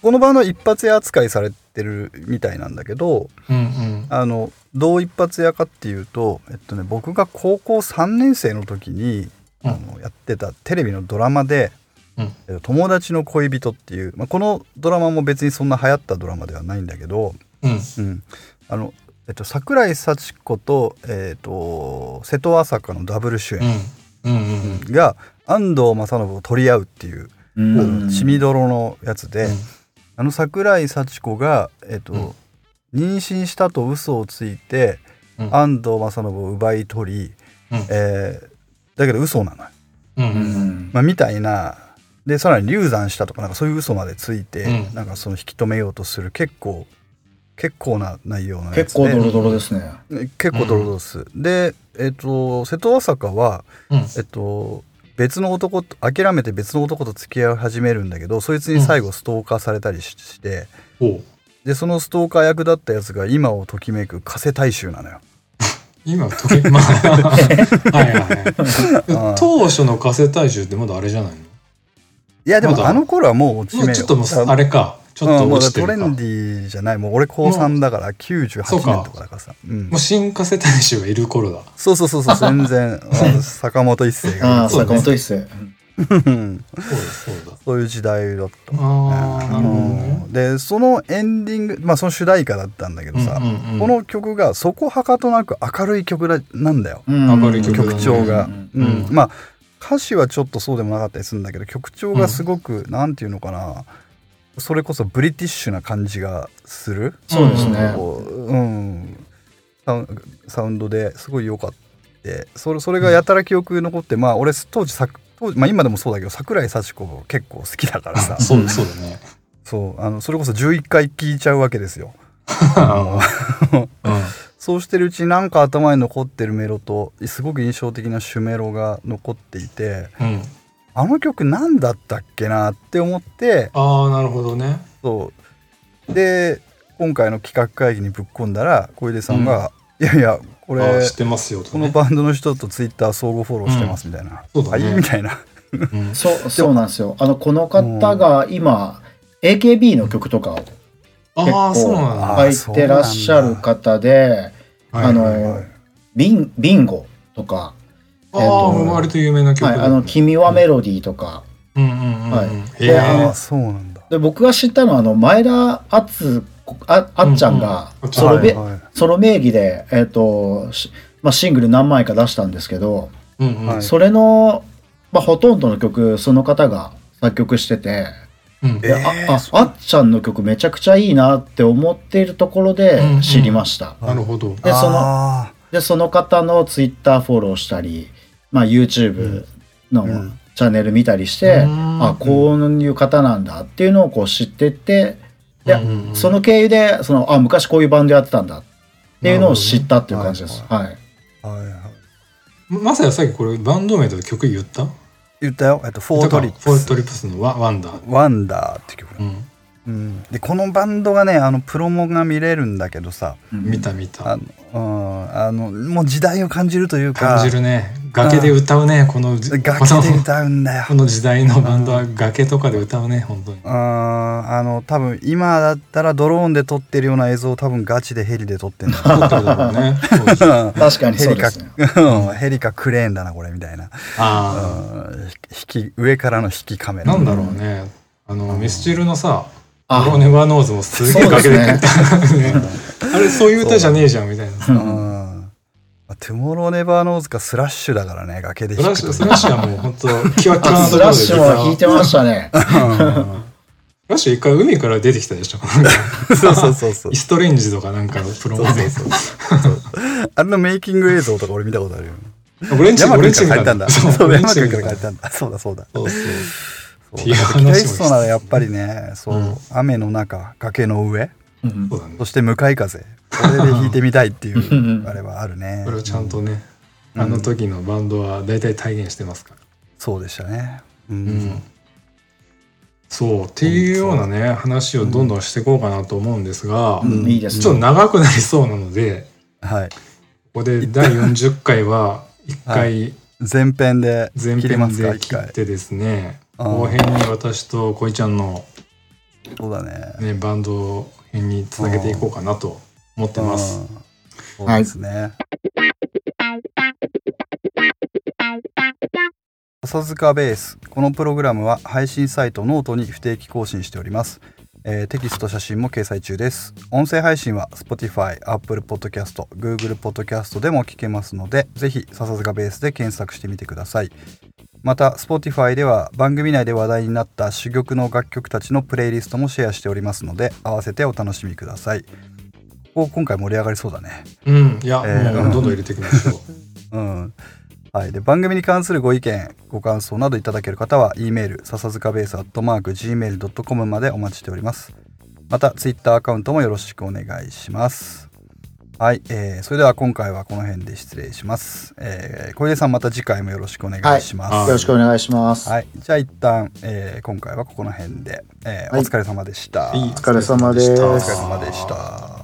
B: このバンド一発屋扱いされてるみたいなんだけど
C: うんうん
B: あのどう一発屋かっていうと、えっとね、僕が高校3年生の時に、
C: う
B: あ
C: ん
B: のやってたテレビのドラマで
C: うん
B: 「えっと友達の恋人」っていう、まあ、このドラマも別にそんな流行ったドラマではないんだけど、
C: うん
B: うん、あの、えっと、桜井幸子と,、えっと瀬戸朝香のダブル主
C: う
B: 演
C: んうんうんうん
B: が安藤正信を取り合うっていう、
A: う
B: あ
A: ん
B: の血みどろのやつで、あの桜井幸子が、えっと
C: うん
B: 妊娠したと嘘をついて、
C: うん
B: 安藤正信を奪い取り、
C: うん
B: えーだけど嘘なのよ、
C: うんうん
A: う
C: うん
A: ん
B: まあ、みたいなでさらに流産したとかなんかそういう嘘までついて、
C: うん
B: なんかその引き止めようとする結構結構な内容のやつ
A: 結
B: で
A: 構ドロドロですね
B: ね結構ドロドロです、で、えっと瀬戸朝香は、
C: うん
B: えっと別の男と諦めて別の男と付き合い始めるんだけどそいつに最後ストーカーされたりしして、
C: おう
B: でそのストーカー役だったやつが今をときめく加瀬大衆なのよ。
C: 今
B: [laughs]
C: 時計まあはいは
B: あ
C: いは
B: ー
C: い当初の加瀬大衆ってまだあれじゃない
B: い
C: の
B: やでも
C: まだ
B: あの頃はもう落ち
C: も
B: 目
C: う
B: よ
C: ちょっともうあれかちょっと
B: うんもうだか
C: 落
B: ら
C: ちて
B: ト
C: る
B: レ
C: か、
B: ンディーじゃないもう俺高3だから98
C: そうか
B: 年とかだからさうん
C: もう進化世帯種がいる頃だ
B: そうそうそうそう全
C: [laughs]
B: 然うん坂本一世
A: あ
B: が
A: あ、
C: そう
A: 坂
C: ね
A: 本一世。
B: うん
C: そうだそうだ
B: そういう時代だった
C: ああなるほどね
B: うんでそのエンディングまあその主題歌だったんだけどさ、
C: うんうん
B: この曲がそこはかとなく明るい曲だなんだよ
A: うん
C: 明るい曲
B: 曲調が、
A: うん
B: うん
C: うん
B: まあ歌詞はちょっとそうでもなかったりするんだけど曲調がすごく、なんていうのかなそれこそブリティッシュな感じがする、
A: そうですね。
B: こううん、サウンサウンドですごい良かったそれそれがやたら記憶に残って、まあ俺当時さ当時、まあ、今でもそうだけど桜井幸子結構好きだからさ
C: あそうそうだね
B: そうあのそれこそ11回聴いちゃうわけですよ。
C: [laughs] うん
B: そうしてるうちになんか頭に残ってるメロとすごく印象的な主メロが残っていて
C: うん
B: あの曲何だったっけなって思って
C: ああなるほどね
B: そうで今回の企画会議にぶっ込んだら小出さんが「いやいやこ
C: あ
B: れ
C: ー知ってますよと
B: この
C: ね
B: バンドの人とツイッター相互フォローしてます」みたいな「
C: そうだね
B: はい?」みたいな
C: うん
A: そう、そうなんですよ。あの、この方が今、AKB の曲とかを
C: ああそうなんだ
B: あ
A: 入ってらっしゃる方で、
C: はい
A: あ
C: はい
A: の、ビンビンゴとか、
C: ああ
A: えっと
C: ー割と有名な曲
A: はい、
C: だ
A: あの、君はメロディーとか、
C: うんうんうんうん
A: はい
C: え
A: で
B: あ
A: の
B: ーそうなんだ。
A: で僕が知ったのはあの前田敦子ああっちゃんが
C: うんうん
A: ソロべ
B: はいはい
A: ソロ名義で、えっとしまあ、シングル何枚か出したんですけど、
C: えうんうん
B: はい
A: それの、まあ、ほとんどの曲その方が作曲してて
C: うん
A: であああっちゃんの曲めちゃくちゃいいなって思っているところで
C: うんうん
A: 知りました、
C: なるほど
A: でその
B: あ
A: でその方のツイッターフォローしたり、まあ、YouTube の
B: うん
A: チャンネル見たりして、
C: うん
A: あこういう方なんだっていうのをこう知ってってで、
C: うんうんうん
A: その経由でそのあ昔こういうバンドやってたんだっていうのを知ったっていう感じです、
B: なる
A: はい
B: ーはいはい
C: まさやさっきこれバンド名と曲言った
B: 言ったよ「えっとフォートリップ
C: フォー
B: ス
C: トリップスのワワンダー」
B: ワンダー」って曲
C: うん
B: うん、でこのバンドがねあのプロモが見れるんだけどさ
A: うん
C: 見た見
B: あ
C: た
B: の,、うん、あのもう時代を感じるというか
C: 感じるね崖で歌うねこのじ
B: 崖で
C: この
B: 歌うんだよ
C: [laughs] こ。の時代のバンドは崖とかで歌うね
B: [laughs]
C: 本当に
B: うんあの多分今だったらドローンで撮ってるような映像を多分ガチでヘリで撮って
C: [laughs]
B: んだ
C: 撮ってるだろうね当時
A: 確かに
B: ヘ
A: そう
B: リ
A: で
B: か
A: すね、
B: うんヘリかクレーンだなこれみたいな、う
C: あ
B: ん、引き上からの引きカメ
C: あ
B: ラ
C: なんだろうねあのミスチルのさ「
A: あ
C: ローネバーノーズ」もすげえ崖で
A: そう
C: 歌っ
A: で
C: たねあれそういう歌じゃねえじゃんみたいな
A: う
B: うんん「トゥモローネバーノーズ」かスラッシュだからね崖で
C: ス
B: 弾
C: ラッ
B: く
C: シ
B: と
C: ュスラッシュはもう本当キワキワ
A: あ
C: なとこ
A: ス
C: ろ
A: ラ
C: で
A: ッシュも弾いてましたね
C: うんスラッシュ一回海から出てきたでしょ
B: [laughs] そうそうそうそう
C: [laughs] イストレンジとかなんかのプロモで
B: あれのメイキング映像とか俺見たことあるよ
C: オレンジ
B: 山
C: オレ
B: 君
C: ン
B: から
C: ジ
B: 借りたんだ。
C: そ
B: そうう、
C: オレン
B: 山
C: ジ
B: 君か
C: から
B: 借
C: ら
B: りたんだ。そうだ、そうだ。
C: そうそう
B: そう
C: いや
B: 期待しそうならやっぱりね、そう、
C: うん
B: 雨の中、崖の上、
A: うん
C: そうだね
B: そして向かい風、これで弾いてみたいってい
A: うん
B: う、あれはあるね
C: こ。れをちゃんとね、
B: うん
C: あの時のバンドは大体体現してますから、
B: そうでしたね。う。
C: うんそうっていうようなね話をどんどんしていこうかなと思うんですが、
B: うん
A: いいですね
C: ちょっと長くなりそうなので
B: はい。
C: ここで第40回は1回
B: 前編で
C: 前
B: 切れま
C: 編
B: すか、
C: で
B: 一
C: 切っ
B: 回。
C: てですね
B: あー
C: 後編に私とこいちゃんの、
B: そうだね。
C: ね、バンド編につなげていこうかなと思ってます。
B: うんそうですね。笹塚ベースこのプログラムは配信サイトノートに不定期更新しております、えーテキスト写真も掲載中です音声配信は Spotify、Apple Podcast、Google Podcast でも聞けますのでぜひ笹塚ベースで検索してみてくださいまた Spotify では番組内で話題になった珠玉の楽曲たちのプレイリストもシェアしておりますので合わせてお楽しみくださいここ今回盛り上がりそうだね
C: うん、いや、
B: えー
C: もうどんどん入れていきましょう。
B: うんはい、で番組に関するご意見ご感想などいただける方は E メール笹塚ベースアットマーク Gmail.com までお待ちしておりますまた Twitter アカウントもよろしくお願いしますはい、えー、それでは今回はこの辺で失礼します、えー、小出さんまた次回もよろしくお願いします、
C: は
B: はい
A: よろしくお願いします、
B: じゃあ一旦、えー、今回はここの辺で、えー
A: はい
B: お疲れ様でした、
C: はい
B: お疲
A: お疲れ様です
B: れ様でした